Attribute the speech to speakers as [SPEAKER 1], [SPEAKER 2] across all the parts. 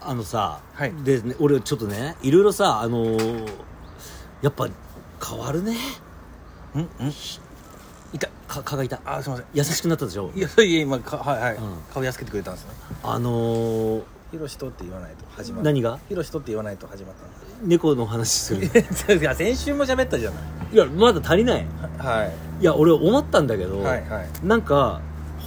[SPEAKER 1] あのさ、
[SPEAKER 2] はい
[SPEAKER 1] でね俺ちょっとねいろいろさあのーやっぱ変わるね
[SPEAKER 2] んん
[SPEAKER 1] いたか蚊がいた
[SPEAKER 2] あすいません
[SPEAKER 1] 優しくなったでしょ
[SPEAKER 2] いやそういや今かはいはい、
[SPEAKER 1] うん
[SPEAKER 2] 顔安けてくれたんですね
[SPEAKER 1] あのー
[SPEAKER 2] ヒロシとって言わないと始まる
[SPEAKER 1] 何が
[SPEAKER 2] ヒロシとって言わないと始まったん
[SPEAKER 1] 猫の話する
[SPEAKER 2] だ いや先週も喋ったじゃない
[SPEAKER 1] いやまだ足りない
[SPEAKER 2] はい
[SPEAKER 1] や俺思ったんだけど、
[SPEAKER 2] いはいはい
[SPEAKER 1] なんか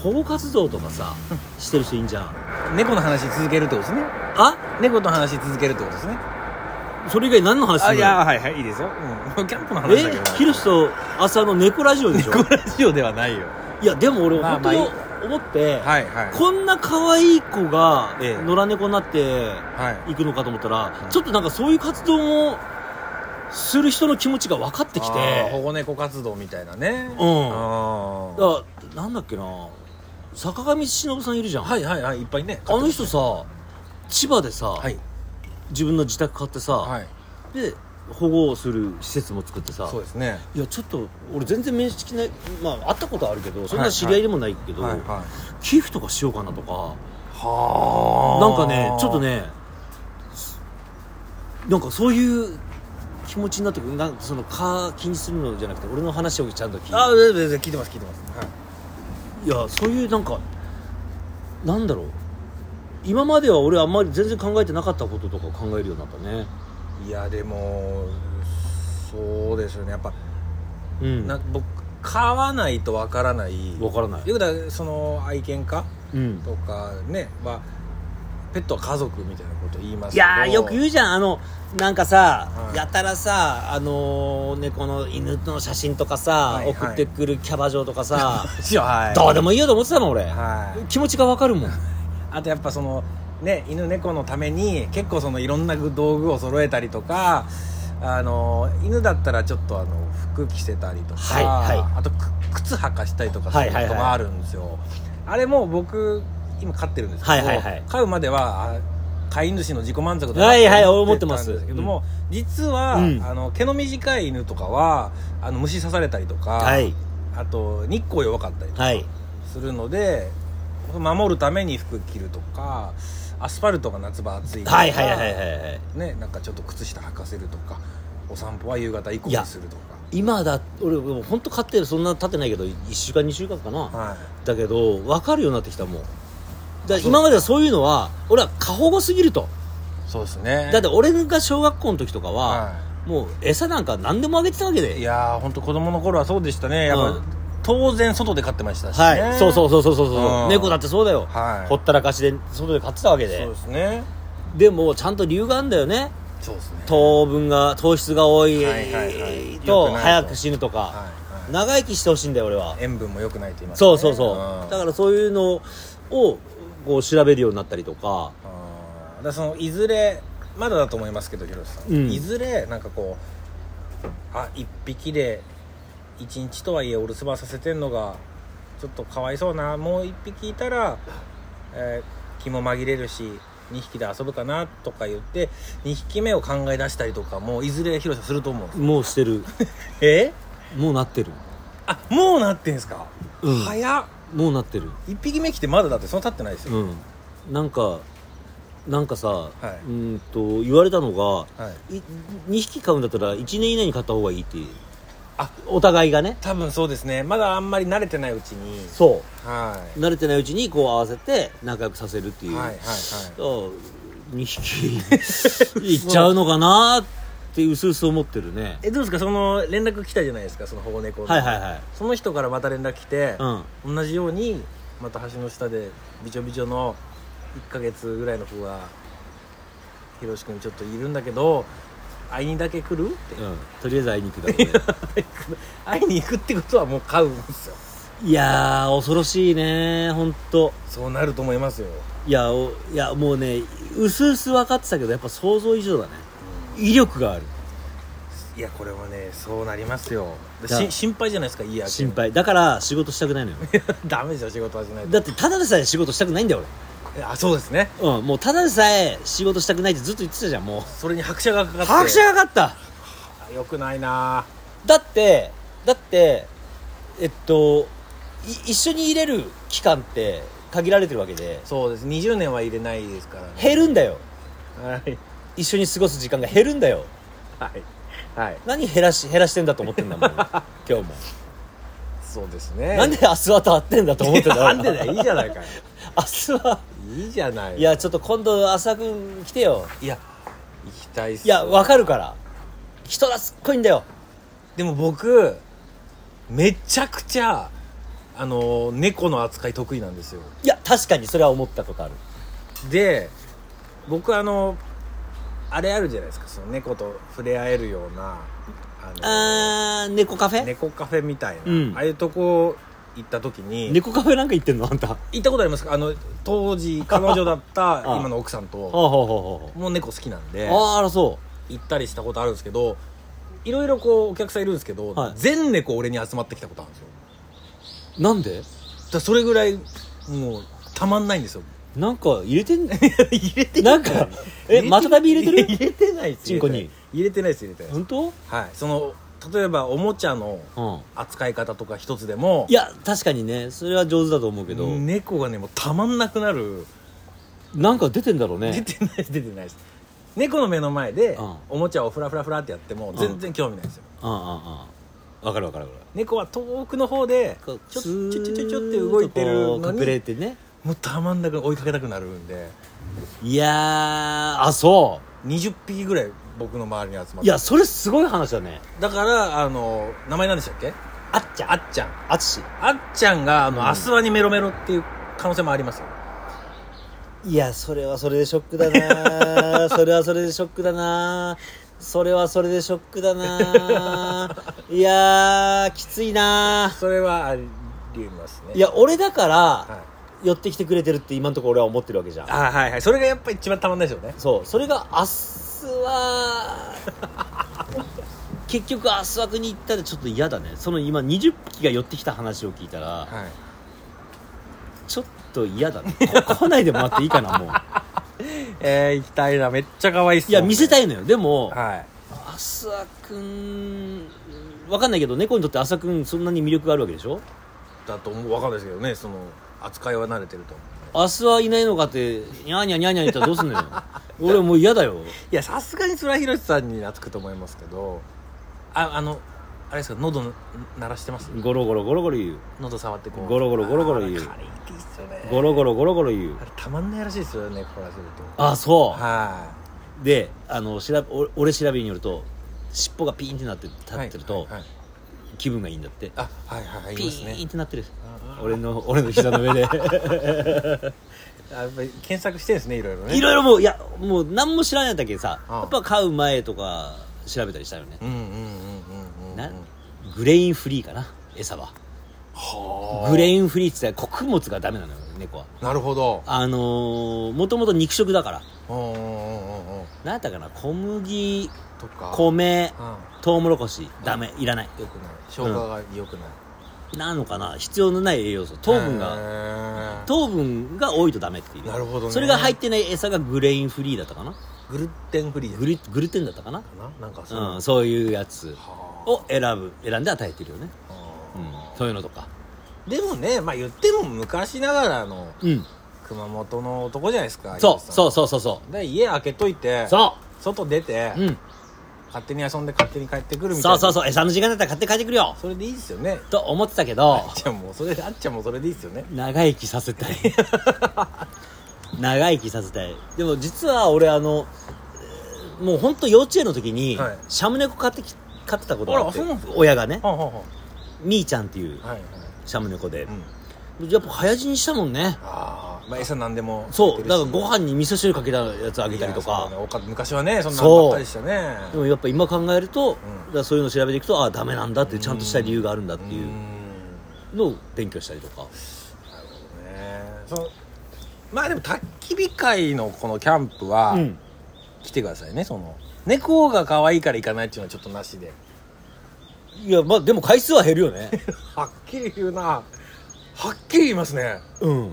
[SPEAKER 1] 保護活動とかさしてる人いんじゃん
[SPEAKER 2] 猫の話続けるってことですね
[SPEAKER 1] あ
[SPEAKER 2] 猫の話続けるってことですね
[SPEAKER 1] それ以外何の話す
[SPEAKER 2] あ
[SPEAKER 1] る
[SPEAKER 2] い
[SPEAKER 1] の
[SPEAKER 2] やはいはいいいですよ、うん、キャンプの話だけどな
[SPEAKER 1] えヒロシと朝の猫ラジオでしょ
[SPEAKER 2] 猫ラジオではないよ
[SPEAKER 1] いやでも俺
[SPEAKER 2] まあ
[SPEAKER 1] 本当に
[SPEAKER 2] まあいい
[SPEAKER 1] 思って、
[SPEAKER 2] はいはい
[SPEAKER 1] こんな可愛い子が
[SPEAKER 2] ええ
[SPEAKER 1] 野良猫になって
[SPEAKER 2] はい
[SPEAKER 1] いくのかと思ったら、
[SPEAKER 2] うん
[SPEAKER 1] ちょっとなんかそういう活動もする人の気持ちが分かってき
[SPEAKER 2] あー保
[SPEAKER 1] て
[SPEAKER 2] 護猫活動みたいなね
[SPEAKER 1] うん
[SPEAKER 2] あー
[SPEAKER 1] だなんだっけな坂上忍さんいるじゃん、
[SPEAKER 2] はいはいはいいっぱいね
[SPEAKER 1] あの人さ千葉でさ、
[SPEAKER 2] はい
[SPEAKER 1] 自分の自宅買ってさ、
[SPEAKER 2] はい
[SPEAKER 1] で保護する施設も作ってさ
[SPEAKER 2] そうですね
[SPEAKER 1] いやちょっと俺全然面識ないまあ会ったことはあるけどそん
[SPEAKER 2] は
[SPEAKER 1] ない知り合いでもないけど、
[SPEAKER 2] はいはい
[SPEAKER 1] 寄付とかしようかなとか
[SPEAKER 2] は
[SPEAKER 1] なんかねちょっとねなんかそういう気持ちになってくるなんかその蚊気にするのじゃなくて俺の話をちゃんと聞いて
[SPEAKER 2] あ全然全然聞いてます聞いてます、はい、
[SPEAKER 1] いやそういうなんかなんだろう今までは俺あんまり全然考えてなかったこととか考えるようになったね
[SPEAKER 2] いやでもそうですよねやっぱ、
[SPEAKER 1] うん
[SPEAKER 2] な僕買わないとわからないよ
[SPEAKER 1] わからない
[SPEAKER 2] くだからその愛犬家
[SPEAKER 1] うん
[SPEAKER 2] とかねはペットは家族みたいなこと言いま
[SPEAKER 1] い
[SPEAKER 2] すけど
[SPEAKER 1] やーよく言うじゃんあのなんかさ、
[SPEAKER 2] はい
[SPEAKER 1] やたらさあのー猫の犬の写真とかさ、
[SPEAKER 2] はいはい
[SPEAKER 1] 送ってくるキャバ嬢とかさ
[SPEAKER 2] しょ はい
[SPEAKER 1] どうでもいいよと思ってたの俺、
[SPEAKER 2] はい
[SPEAKER 1] 気持ちがわかるもん
[SPEAKER 2] あとやっぱそのね犬猫のために結構そのいろんな道具を揃えたりとかあの犬だったらちょっとあの服着せたりとか、
[SPEAKER 1] はいは
[SPEAKER 2] あとく靴履かしたりとかす
[SPEAKER 1] はい
[SPEAKER 2] るこ
[SPEAKER 1] はいはい
[SPEAKER 2] とがあるんですよ、あれも僕今飼ってるんですけど、
[SPEAKER 1] はいはいはい
[SPEAKER 2] 飼うまではあ飼い主の自己満足だな
[SPEAKER 1] はいはい
[SPEAKER 2] 思ってたんですけども、実は、
[SPEAKER 1] うん
[SPEAKER 2] あの毛の短い犬とかはあの虫刺されたりとか、
[SPEAKER 1] はい
[SPEAKER 2] あと日光弱かったりとか、
[SPEAKER 1] はい
[SPEAKER 2] するので守るために服着るとかアスファルトが夏場暑いとか
[SPEAKER 1] はいはいはいはいはい
[SPEAKER 2] ねなんかちょっと靴下履かせるとかお散歩は夕方以降
[SPEAKER 1] いや
[SPEAKER 2] にするとか
[SPEAKER 1] 今だ俺もう本当飼ってるそんな経ってないけど1週間2週間かな、
[SPEAKER 2] はい
[SPEAKER 1] だけど分かるようになってきたもんだから今まではそういうのは俺は過保護すぎると
[SPEAKER 2] そうですね
[SPEAKER 1] だって俺が小学校の時とかは、
[SPEAKER 2] は
[SPEAKER 1] もう餌なんか何でもあげてたわけ
[SPEAKER 2] い、い
[SPEAKER 1] で
[SPEAKER 2] やー本当子供の頃はそうでしたねやっぱ、
[SPEAKER 1] うん
[SPEAKER 2] 当然外で飼ってましたし、ね、
[SPEAKER 1] はいそうそうそうそうそうそう、
[SPEAKER 2] うん
[SPEAKER 1] 猫だってそうだよ、
[SPEAKER 2] はい
[SPEAKER 1] ほったらかしで外で飼ってたわけ
[SPEAKER 2] そう
[SPEAKER 1] で
[SPEAKER 2] ですね
[SPEAKER 1] でもちゃんと理由があるんだよね
[SPEAKER 2] そうですね
[SPEAKER 1] 糖分が糖質が多い
[SPEAKER 2] はいはいはい
[SPEAKER 1] と
[SPEAKER 2] 良くないと
[SPEAKER 1] 早く死ぬとか、
[SPEAKER 2] はいは
[SPEAKER 1] 長生きしてほしいんだよ俺はい
[SPEAKER 2] 塩分も良くないと言いますね
[SPEAKER 1] そうそうそう、
[SPEAKER 2] ん
[SPEAKER 1] だからそういうのをこう調べるようになったりとか
[SPEAKER 2] あーだからそのいずれまだだと思いますけど広瀬さん、
[SPEAKER 1] うん
[SPEAKER 2] いずれなんかこうあ一匹で一日とはいえお留守番させてんのがちょっとかわいそうなもう一匹いたら、えー気も紛れるし2匹で遊ぶかなとか言って2匹目を考え出したりとかもいずれ広瀬さんすると思うんです
[SPEAKER 1] もうして る
[SPEAKER 2] え
[SPEAKER 1] もうなってる
[SPEAKER 2] あもうなってんすか、
[SPEAKER 1] うん
[SPEAKER 2] 早っ
[SPEAKER 1] もうなってる
[SPEAKER 2] 1匹目来てまだだってそんな経ってないですよ、
[SPEAKER 1] うんなんかなんかさ、
[SPEAKER 2] いう
[SPEAKER 1] ーんと言われたのが
[SPEAKER 2] はい、
[SPEAKER 1] い2匹買うんだったら1年以内に買った方がいいっていう
[SPEAKER 2] あ
[SPEAKER 1] お互いがね
[SPEAKER 2] 多分そうですねまだあんまり慣れてないうちに
[SPEAKER 1] そ
[SPEAKER 2] は
[SPEAKER 1] う慣れてないうちにこう合わせて仲良くさせるってい
[SPEAKER 2] い、
[SPEAKER 1] う、
[SPEAKER 2] はいはいはい
[SPEAKER 1] 2匹 いっちゃうのかなってうすうす思ってるね
[SPEAKER 2] えどうですかその連絡来たじゃないですかその保護猫の
[SPEAKER 1] はいはいはい
[SPEAKER 2] その人からまた連絡来て、
[SPEAKER 1] うん
[SPEAKER 2] 同じようにまた橋の下でびちょびちょの1ヶ月ぐらいの子が「ひろし君ちょっといるんだけど会いにだけ来る?」って
[SPEAKER 1] うん、とりあえず会いに行くだろうね
[SPEAKER 2] 会いに行くってことはもう買うんですよ
[SPEAKER 1] いやー恐ろしいね本当
[SPEAKER 2] そうなると思いますよ
[SPEAKER 1] いやおいやもうねうすうす分かってたけどやっぱ想像以上だね威力がある
[SPEAKER 2] いやこれはねそうなりますよで
[SPEAKER 1] だ
[SPEAKER 2] し心配じゃないですかいいや
[SPEAKER 1] 心配だから仕事したく ないのよ
[SPEAKER 2] ダメですよ仕事はしないと
[SPEAKER 1] だってただでさえ仕事したくないんだよ
[SPEAKER 2] えあそうですね
[SPEAKER 1] 俺うんもうただでさえ仕事したくないってずっと言ってたじゃんもう
[SPEAKER 2] それに拍車がかかって
[SPEAKER 1] 拍車がかかった
[SPEAKER 2] よくないな
[SPEAKER 1] だってだってえっとい一緒に入れる期間って限られてるわけで
[SPEAKER 2] そうです20年は入れないですからね
[SPEAKER 1] 減るんだよ
[SPEAKER 2] はい
[SPEAKER 1] 一緒に過ごす時間が減るんだよ
[SPEAKER 2] はいはい
[SPEAKER 1] 何減らし減らしてんだと思ってん だもん今日も
[SPEAKER 2] そうですね
[SPEAKER 1] なんで明日はと会ってんだと思ってた
[SPEAKER 2] なんでだよいいじゃないいかよ
[SPEAKER 1] 明日はい
[SPEAKER 2] いじゃない
[SPEAKER 1] いやちょっと今度浅くん来てよいや
[SPEAKER 2] 行きたいっす
[SPEAKER 1] いやわかるから人懐っこいんだよ
[SPEAKER 2] でも僕めちゃくちゃあの猫の扱い得意なんですよ
[SPEAKER 1] いや確かにそれは思ったことある
[SPEAKER 2] で僕あのあれあるじゃないですかその猫と触れ合えるようなあ
[SPEAKER 1] あー猫カフ
[SPEAKER 2] の
[SPEAKER 1] ェ
[SPEAKER 2] 猫カフェみたいな、
[SPEAKER 1] うん
[SPEAKER 2] ああいうとこ行った時に
[SPEAKER 1] 猫カフェなんか行ってんのあんたほう
[SPEAKER 2] 行ったことありますかあの当時彼女だった
[SPEAKER 1] ああ
[SPEAKER 2] 今の奥さんと
[SPEAKER 1] ほうほうほう
[SPEAKER 2] もう猫好きなんで
[SPEAKER 1] あーあらそ
[SPEAKER 2] 行ったりしたことあるんですけどいろいろこうお客さんいるんですけど、
[SPEAKER 1] はい
[SPEAKER 2] 全猫俺に集まってきたことあるんですよ
[SPEAKER 1] うなんで
[SPEAKER 2] だからそれぐらいもうたまんない んですよ
[SPEAKER 1] なんか入れてん
[SPEAKER 2] 入れて
[SPEAKER 1] なんかえまたたび入れてる
[SPEAKER 2] 入れてないです
[SPEAKER 1] チンコに
[SPEAKER 2] 入れてないです入れてないです
[SPEAKER 1] 本当
[SPEAKER 2] はいその例えばおもちゃの
[SPEAKER 1] うん
[SPEAKER 2] 扱い方とか一つでも
[SPEAKER 1] いや確かにねそれは上手だと思うけど、
[SPEAKER 2] 猫がねもうたまんなくなる、
[SPEAKER 1] なんか出てんだろう
[SPEAKER 2] 出
[SPEAKER 1] ね
[SPEAKER 2] てないです出てないです猫の目の前で、
[SPEAKER 1] うん
[SPEAKER 2] おもちゃをフラフラフラってやっても全然興味ないですよ、
[SPEAKER 1] うんうんうんわかるわかるわかる
[SPEAKER 2] 猫は遠くの方でちょちょ
[SPEAKER 1] スーッ
[SPEAKER 2] ちょ
[SPEAKER 1] と
[SPEAKER 2] ちょちょって動いてる
[SPEAKER 1] こ
[SPEAKER 2] の
[SPEAKER 1] う隠れ
[SPEAKER 2] に
[SPEAKER 1] てね
[SPEAKER 2] もうたまんなく追いかけたくなるんで
[SPEAKER 1] いやーあそ
[SPEAKER 2] 20匹ぐらい僕の周りに集まっ
[SPEAKER 1] う
[SPEAKER 2] て
[SPEAKER 1] いやそれすごい話だね
[SPEAKER 2] だからあの名前なんでしたっけ
[SPEAKER 1] あっちゃん
[SPEAKER 2] あっちゃん
[SPEAKER 1] あつし
[SPEAKER 2] あっちゃんがあの、
[SPEAKER 1] うん
[SPEAKER 2] アスワにメロメロっていう可能性もありますよ
[SPEAKER 1] いやそれはそれでショックだ なそれはそれでショックだなそれはそれでショックだないやーきついな
[SPEAKER 2] それはありますね
[SPEAKER 1] いや俺だから、
[SPEAKER 2] はい、
[SPEAKER 1] 寄ってきてくれてるって今のところ俺は思ってるわけじゃん
[SPEAKER 2] あはいはいそれがやっぱ一番たまんないですよね
[SPEAKER 1] そうそれが明日 は結局明日は国行ったらちょっと嫌だねその今20匹が寄ってきた話を聞いたら、
[SPEAKER 2] はい
[SPEAKER 1] ちょっと嫌だねこ 来ないでもらっていいかなもう
[SPEAKER 2] えー、行きたいなめっちゃ可愛いっす
[SPEAKER 1] いや見せた
[SPEAKER 2] い
[SPEAKER 1] いのよでも
[SPEAKER 2] はい
[SPEAKER 1] 明日はくんわかんないけど猫にとって朝くんそんなに魅力があるわけでしょ
[SPEAKER 2] だと思うわかんないですけどねその扱いは慣れてると思う
[SPEAKER 1] 明日はいないのかってニャーニャーニャーニャー言ったらどうすんのよ俺もう嫌だよ
[SPEAKER 2] いやさすがにそれは広瀬さんに懐くと思いますけどああのあれですか喉鳴らしてます
[SPEAKER 1] ゴロゴロゴロゴロ言う
[SPEAKER 2] 喉触ってこう
[SPEAKER 1] ゴロゴロゴロゴロ
[SPEAKER 2] あー
[SPEAKER 1] 言う
[SPEAKER 2] 可愛いですよね
[SPEAKER 1] ゴロゴロゴロゴロ言う
[SPEAKER 2] あれたまんないらしいですよねこらせると
[SPEAKER 1] あそう、
[SPEAKER 2] は
[SPEAKER 1] であの調べお俺調べによると尻尾がピーンってなって
[SPEAKER 2] い
[SPEAKER 1] 立ってると
[SPEAKER 2] はいはいはい
[SPEAKER 1] 気分がいいんだって、
[SPEAKER 2] あはいはいはい
[SPEAKER 1] ピ
[SPEAKER 2] 言いますね
[SPEAKER 1] ーンってなってる
[SPEAKER 2] あ
[SPEAKER 1] 俺の俺の膝の上で
[SPEAKER 2] あやっぱり検索してるんですねいろいろね
[SPEAKER 1] いろいろもういやもう何も知らないんだけどさ
[SPEAKER 2] ああ
[SPEAKER 1] やっぱ飼う前とか調べたりしたよね
[SPEAKER 2] うんうんうんうんうんうん
[SPEAKER 1] なグレインフリーかな餌は
[SPEAKER 2] はあ
[SPEAKER 1] グレインフリーって言ったら穀物がダメなのよ猫は
[SPEAKER 2] なるほど
[SPEAKER 1] あのもともと肉食だから
[SPEAKER 2] うんうんうんうんうん
[SPEAKER 1] 何やったかな小麦
[SPEAKER 2] とか
[SPEAKER 1] 米
[SPEAKER 2] う
[SPEAKER 1] トウモロコシダメいらない
[SPEAKER 2] んよくない生姜が良くない
[SPEAKER 1] なのかな必要のない栄養素糖分が
[SPEAKER 2] が
[SPEAKER 1] 糖分が多いとダメっていう
[SPEAKER 2] なるほどね
[SPEAKER 1] それが入ってない餌がグレインフリーだったかな
[SPEAKER 2] グルテンフリー
[SPEAKER 1] グ
[SPEAKER 2] で
[SPEAKER 1] リグルテンだったかな
[SPEAKER 2] すかななんかそう
[SPEAKER 1] う
[SPEAKER 2] は
[SPEAKER 1] ん、そういうやつ
[SPEAKER 2] あ
[SPEAKER 1] を選ぶ選んで与えてるよね、う
[SPEAKER 2] あ
[SPEAKER 1] ん、そういうのとか
[SPEAKER 2] でもねまあ言っても昔ながらの
[SPEAKER 1] うん
[SPEAKER 2] 熊本の男じゃないですか
[SPEAKER 1] そうそううそうそうそ
[SPEAKER 2] で家開けといて
[SPEAKER 1] うそ
[SPEAKER 2] 外出て
[SPEAKER 1] う、うん、
[SPEAKER 2] 勝手に遊んで勝手に帰ってくるみたい
[SPEAKER 1] そう
[SPEAKER 2] な
[SPEAKER 1] そうそう餌の時間だったら買って帰ってくるよ
[SPEAKER 2] それでいいですよね
[SPEAKER 1] と思ってたけど
[SPEAKER 2] あっちゃんもそれあっちゃんもそれでいいですよね
[SPEAKER 1] 長生きさせ たい長生きさせたいでも実は俺あのえーもう本当幼稚園の時に、
[SPEAKER 2] はい
[SPEAKER 1] シャムネコ飼ってき飼ってたことがあって
[SPEAKER 2] あらそうなんですか
[SPEAKER 1] 親がね
[SPEAKER 2] はあは
[SPEAKER 1] みーちゃんっていう
[SPEAKER 2] あはあはいはい
[SPEAKER 1] シャムネコで
[SPEAKER 2] う、ん
[SPEAKER 1] やっぱ早死にしたもんね
[SPEAKER 2] ああまあ餌なんでも
[SPEAKER 1] そうだから
[SPEAKER 2] ご
[SPEAKER 1] ご飯に味噌汁かけたやつあげたりとか
[SPEAKER 2] いやそうだねおか昔はねそんな
[SPEAKER 1] そう
[SPEAKER 2] のばっかりでしたね
[SPEAKER 1] でもやっぱ今考えると、
[SPEAKER 2] うん
[SPEAKER 1] だからそういうの調べていくとああダメなんだってちゃんとした理由があるんだっていう
[SPEAKER 2] ーん
[SPEAKER 1] うのを勉強したりとか
[SPEAKER 2] なるほどねそのまあでも焚き火会のこのキャンプは、
[SPEAKER 1] うん
[SPEAKER 2] 来てくださいねその猫が可愛いから行かないっていうのはちょっとなしで
[SPEAKER 1] いやまあでも回数は減るよね
[SPEAKER 2] はっきり言うなはっきり言いますね
[SPEAKER 1] うん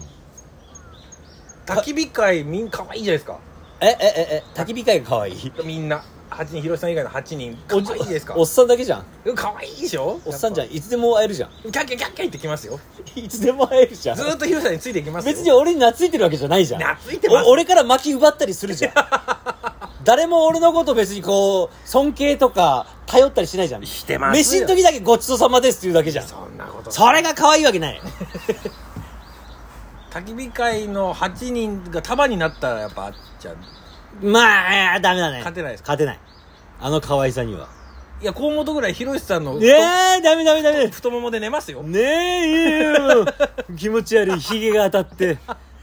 [SPEAKER 2] 焚き火会みん可愛いじゃないですか
[SPEAKER 1] ええええ焚き火会が可愛い
[SPEAKER 2] みんな8人広瀬さん以外の8人可
[SPEAKER 1] お
[SPEAKER 2] 愛いですか
[SPEAKER 1] おっさんだけじゃん
[SPEAKER 2] 可愛いでしょ
[SPEAKER 1] おっさんじゃ
[SPEAKER 2] や
[SPEAKER 1] んいつでも会えるじゃん
[SPEAKER 2] ぱキャッキャキャッキャ言ってきますよ
[SPEAKER 1] いつでも会えるじ ゃん
[SPEAKER 2] ずーっと広瀬さんについてきますよ
[SPEAKER 1] 別に俺に懐いてるわけじゃないじゃん
[SPEAKER 2] 懐いてます
[SPEAKER 1] お俺から巻き奪ったりするじゃん誰も俺のこと別にこう、尊敬とか頼ったりしないじゃん。
[SPEAKER 2] してます
[SPEAKER 1] 飯
[SPEAKER 2] よ
[SPEAKER 1] の時だけごちそうさまですって言うだけじゃん。
[SPEAKER 2] そんなこと
[SPEAKER 1] それが可愛いわけない。
[SPEAKER 2] 焚き火会の8人が束になったらやっぱあっちゃん
[SPEAKER 1] まあ、ダメだね。
[SPEAKER 2] 勝てないですか
[SPEAKER 1] 勝てない。あの可愛さには。
[SPEAKER 2] いや河本ぐらいひろしさんの
[SPEAKER 1] ねえ、ダメダメダメ。
[SPEAKER 2] 太ももで寝ますよ
[SPEAKER 1] ねえ、いい よ。気持ち悪い。ヒゲが当たって、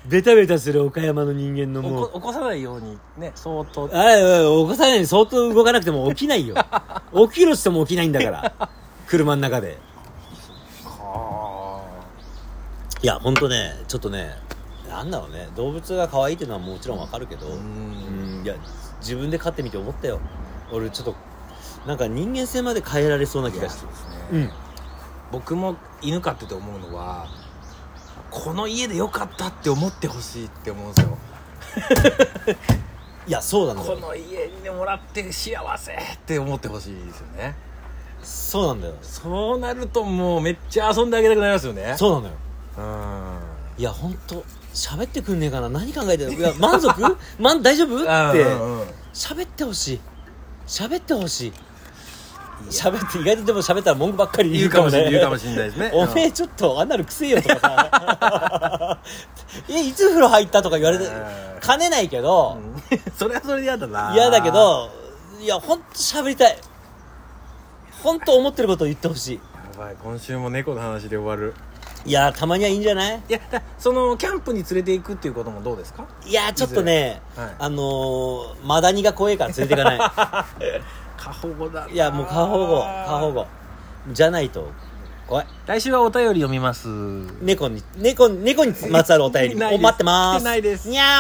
[SPEAKER 1] ベタベタする岡山の人間の
[SPEAKER 2] 起
[SPEAKER 1] も
[SPEAKER 2] こ
[SPEAKER 1] う。
[SPEAKER 2] 起こさないようにね相当
[SPEAKER 1] あいおい、起こさないように相当動かなくても起き ないよ。起きろしても起きないんだから。車の中で。
[SPEAKER 2] あ
[SPEAKER 1] いや、ほんとね、ちょっとね、なんだろうね、動物が可愛いっていうのはもちろんわかるけど、
[SPEAKER 2] ーう
[SPEAKER 1] うんんいや、自分で飼ってみて思ったよ。俺、ちょっと、なんか人間性まで変えられそうな気
[SPEAKER 2] いや
[SPEAKER 1] がし
[SPEAKER 2] そうですね、
[SPEAKER 1] て。うん。
[SPEAKER 2] 僕も犬飼ってて思うのはこの家でよかったって思ってほしいって思うんですよ
[SPEAKER 1] いや、そうなんだ
[SPEAKER 2] こ
[SPEAKER 1] よ。
[SPEAKER 2] の家にもらって幸せって思ってほしいですよね
[SPEAKER 1] そうなんだよ。
[SPEAKER 2] そうなるともうめっちゃ遊んであげたくなりますよね
[SPEAKER 1] そうなのよ。
[SPEAKER 2] ううん
[SPEAKER 1] いや、ほんと、喋ってくんねえかな何考えてるいや、満足 まん、大丈夫って、
[SPEAKER 2] うんうん
[SPEAKER 1] 喋ってほしい。喋ってほしい。
[SPEAKER 2] や
[SPEAKER 1] 喋って、意外とでも喋ったら文句ばっかり言う
[SPEAKER 2] 言う
[SPEAKER 1] か
[SPEAKER 2] か
[SPEAKER 1] も
[SPEAKER 2] もしれ
[SPEAKER 1] ね。
[SPEAKER 2] ない言うかもしれないですね
[SPEAKER 1] おめえちょっとアナルくせえよとかさ えいつ風呂入ったとか言われて
[SPEAKER 2] うん
[SPEAKER 1] 兼ねないけど
[SPEAKER 2] うん それはそれで嫌だな
[SPEAKER 1] 嫌だけどいやほんと喋りたいほんと思ってることを言ってほし
[SPEAKER 2] やばい今週も猫の話で終わる
[SPEAKER 1] いいやたまにはいいんじゃない
[SPEAKER 2] いやだそのキャンプに連れていくっていうこともどうですか
[SPEAKER 1] いやちょっとね、
[SPEAKER 2] いずれはい
[SPEAKER 1] あのー、マダニが怖いから連れていか な
[SPEAKER 2] 過保護だない
[SPEAKER 1] いやもう過保護過保護じゃないと怖い
[SPEAKER 2] 来週はお便り読みます
[SPEAKER 1] 猫に猫に猫にまつわるお便り
[SPEAKER 2] ないです
[SPEAKER 1] お待ってます
[SPEAKER 2] 来てないです
[SPEAKER 1] にゃー